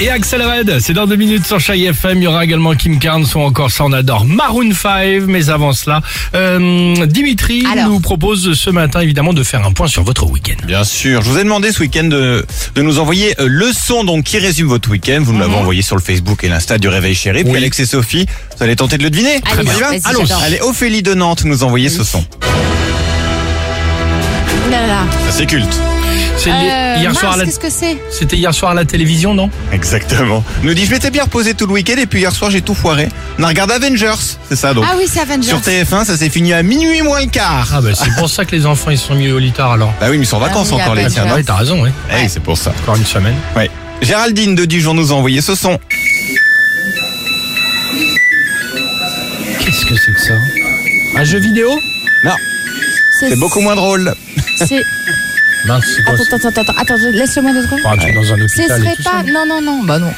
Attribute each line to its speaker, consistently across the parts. Speaker 1: et Axel Red. C'est dans deux minutes sur Chai FM. Il y aura également Kim Carnes ou encore ça on adore Maroon 5. Mais avant cela, euh, Dimitri
Speaker 2: Alors.
Speaker 1: nous propose ce matin évidemment de faire un point sur votre week-end.
Speaker 3: Bien sûr. Je vous ai demandé ce week-end de, de nous envoyer euh, le son donc qui résume votre week-end. Vous nous
Speaker 2: Mhm.
Speaker 3: l'avez envoyé sur le Facebook et l'Insta du Réveil Chéri. Puis
Speaker 1: Oui.
Speaker 3: Alex et Sophie, vous allez tenter de le deviner.
Speaker 2: Allez,
Speaker 3: On y va
Speaker 2: vas-y,
Speaker 3: Allons.
Speaker 2: j'adore.
Speaker 3: Allez, Ophélie de Nantes nous envoyer ce son.
Speaker 2: Ouh là là.
Speaker 3: Ça c'est culte.
Speaker 1: C'est
Speaker 2: Euh,
Speaker 1: hier
Speaker 2: mince,
Speaker 1: soir à la-
Speaker 2: qu'est-ce que c'est
Speaker 1: c'était hier soir à la télévision, non
Speaker 3: Exactement. Nous dit je m'étais bien reposé tout le week-end et puis hier soir j'ai tout foiré. On a regardé Avengers, c'est ça donc.
Speaker 2: Ah oui, c'est Avengers.
Speaker 3: Sur TF1, ça s'est fini à minuit moins le quart.
Speaker 1: Ah bah c'est pour ça que les enfants ils se sont mis au litard alors.
Speaker 3: Bah oui, mais ils sont en vacances
Speaker 2: Ah oui,
Speaker 3: encore les
Speaker 2: Avengers.
Speaker 3: tiens. non
Speaker 1: Ouais, t'as raison, ouais.
Speaker 3: Eh, c'est pour ça.
Speaker 1: Encore une semaine.
Speaker 3: Ouais. Géraldine de Dijon nous a envoyé ce son.
Speaker 1: Qu'est-ce que c'est que ça Un jeu vidéo
Speaker 3: Non, c'est beaucoup moins drôle.
Speaker 2: c'est-
Speaker 1: Mince, c'est quoi
Speaker 2: Attends, attends, attends, attends, attends, laisse-moi deux secondes.
Speaker 1: Enfin, tu es dans un
Speaker 2: Ce
Speaker 1: hôpital et
Speaker 2: serait
Speaker 1: tout
Speaker 2: pas.
Speaker 1: ça.
Speaker 2: Non, non, non, bah non.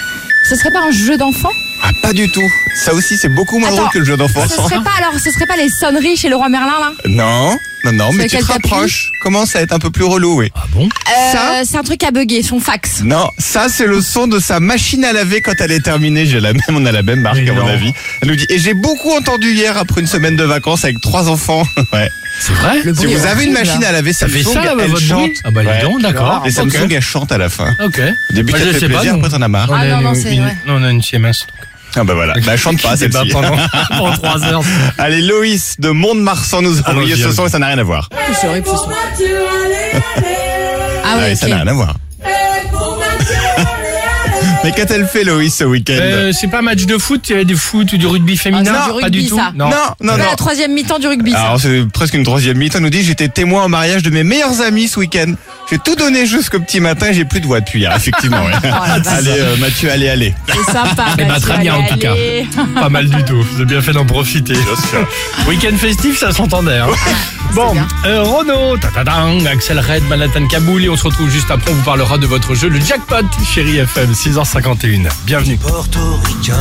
Speaker 2: Ce serait pas un jeu d'enfant
Speaker 3: Ah, pas du tout. Ça aussi, c'est beaucoup moins
Speaker 2: Attends,
Speaker 3: drôle que le jeu d'enfant.
Speaker 2: Ce serait pas alors, ce serait pas les sonneries chez le roi Merlin là
Speaker 3: Non, non, non, mais tu
Speaker 2: lequel
Speaker 3: te
Speaker 2: t'appuies
Speaker 3: rapproches. Commence à être un peu plus relou,
Speaker 2: Oh.
Speaker 3: oui.
Speaker 1: Ah bon
Speaker 2: Euh, C'est un truc à bugger, son fax.
Speaker 3: Non, ça, c'est le son de sa machine à laver quand elle est terminée. J'ai la même, on a la même marque,
Speaker 1: Mais
Speaker 3: à mon
Speaker 1: non.
Speaker 3: avis. Elle nous dit, et j'ai beaucoup entendu hier après une semaine de vacances avec trois enfants. ouais.
Speaker 1: C'est vrai
Speaker 3: Si
Speaker 2: bruit est
Speaker 3: vous avez une
Speaker 2: horrible,
Speaker 3: machine
Speaker 2: là.
Speaker 3: à laver,
Speaker 1: Ça fait
Speaker 3: Samsung,
Speaker 1: ça, bah,
Speaker 3: elle
Speaker 1: votre
Speaker 3: chante.
Speaker 1: bruit Ah bah, dis donc, d'accord.
Speaker 3: Et Samsung,
Speaker 1: Ok.
Speaker 3: elle chante à la fin.
Speaker 1: Ok.
Speaker 3: Au début,
Speaker 1: Moi,
Speaker 3: ça
Speaker 1: je
Speaker 3: te
Speaker 1: sais
Speaker 3: fait
Speaker 1: pas,
Speaker 3: plaisir,
Speaker 1: nous.
Speaker 3: après, t'en as marre.
Speaker 1: On
Speaker 2: Ah
Speaker 1: a
Speaker 2: non,
Speaker 1: une-
Speaker 2: non, c'est-
Speaker 1: une-
Speaker 2: ouais.
Speaker 1: Hein non, on a une CMS.
Speaker 3: Ah, bah voilà. Bah, elle chante pas,
Speaker 1: Qui débat
Speaker 3: celle-ci.
Speaker 1: pendant, pendant 3 heures.
Speaker 3: Allez, Loïs de Mont-de-Marsan nous a
Speaker 1: Allons-y,
Speaker 3: envoyé ce
Speaker 1: allons-y.
Speaker 3: son et ça n'a rien à voir.
Speaker 2: C'est horrible ce son. Ah
Speaker 3: Ouais,
Speaker 2: ouais,
Speaker 3: ça
Speaker 2: ok.
Speaker 3: n'a rien à voir. Mais qu'a-t-elle fait, Loïs, ce week-end?
Speaker 1: Euh, c'est pas match de foot, il y avait du foot ou du rugby féminin,
Speaker 2: Ah, c'est du
Speaker 1: pas
Speaker 2: rugby,
Speaker 1: du tout.
Speaker 2: ça.
Speaker 3: non, non,
Speaker 2: C'est
Speaker 3: non.
Speaker 2: pas la troisième mi-temps du rugby. ça.
Speaker 3: Alors c'est presque une troisième mythe. On nous dit j'étais témoin au mariage de mes meilleurs amis ce week-end. J'ai tout donné jusqu'au petit matin et j'ai plus de voix depuis hier, effectivement. ouais.
Speaker 2: Oh, la vache.
Speaker 3: allez euh, Mathieu, allez, allez.
Speaker 2: C'est sympa.
Speaker 1: Eh ben,
Speaker 2: Mathieu,
Speaker 1: très bien,
Speaker 2: allez,
Speaker 1: en tout cas.
Speaker 2: allez.
Speaker 1: Pas mal du tout. Vous avez bien fait d'en profiter. Week-end festif, ça s'entendait. hein. Bon,
Speaker 2: bien.
Speaker 1: euh, Renault, tatadang, Axel Red, Manhattan Kaboul, et on se retrouve juste après. On vous parlera de votre jeu, le jackpot, chérie FM, 6h51. Bienvenue.
Speaker 4: portoricain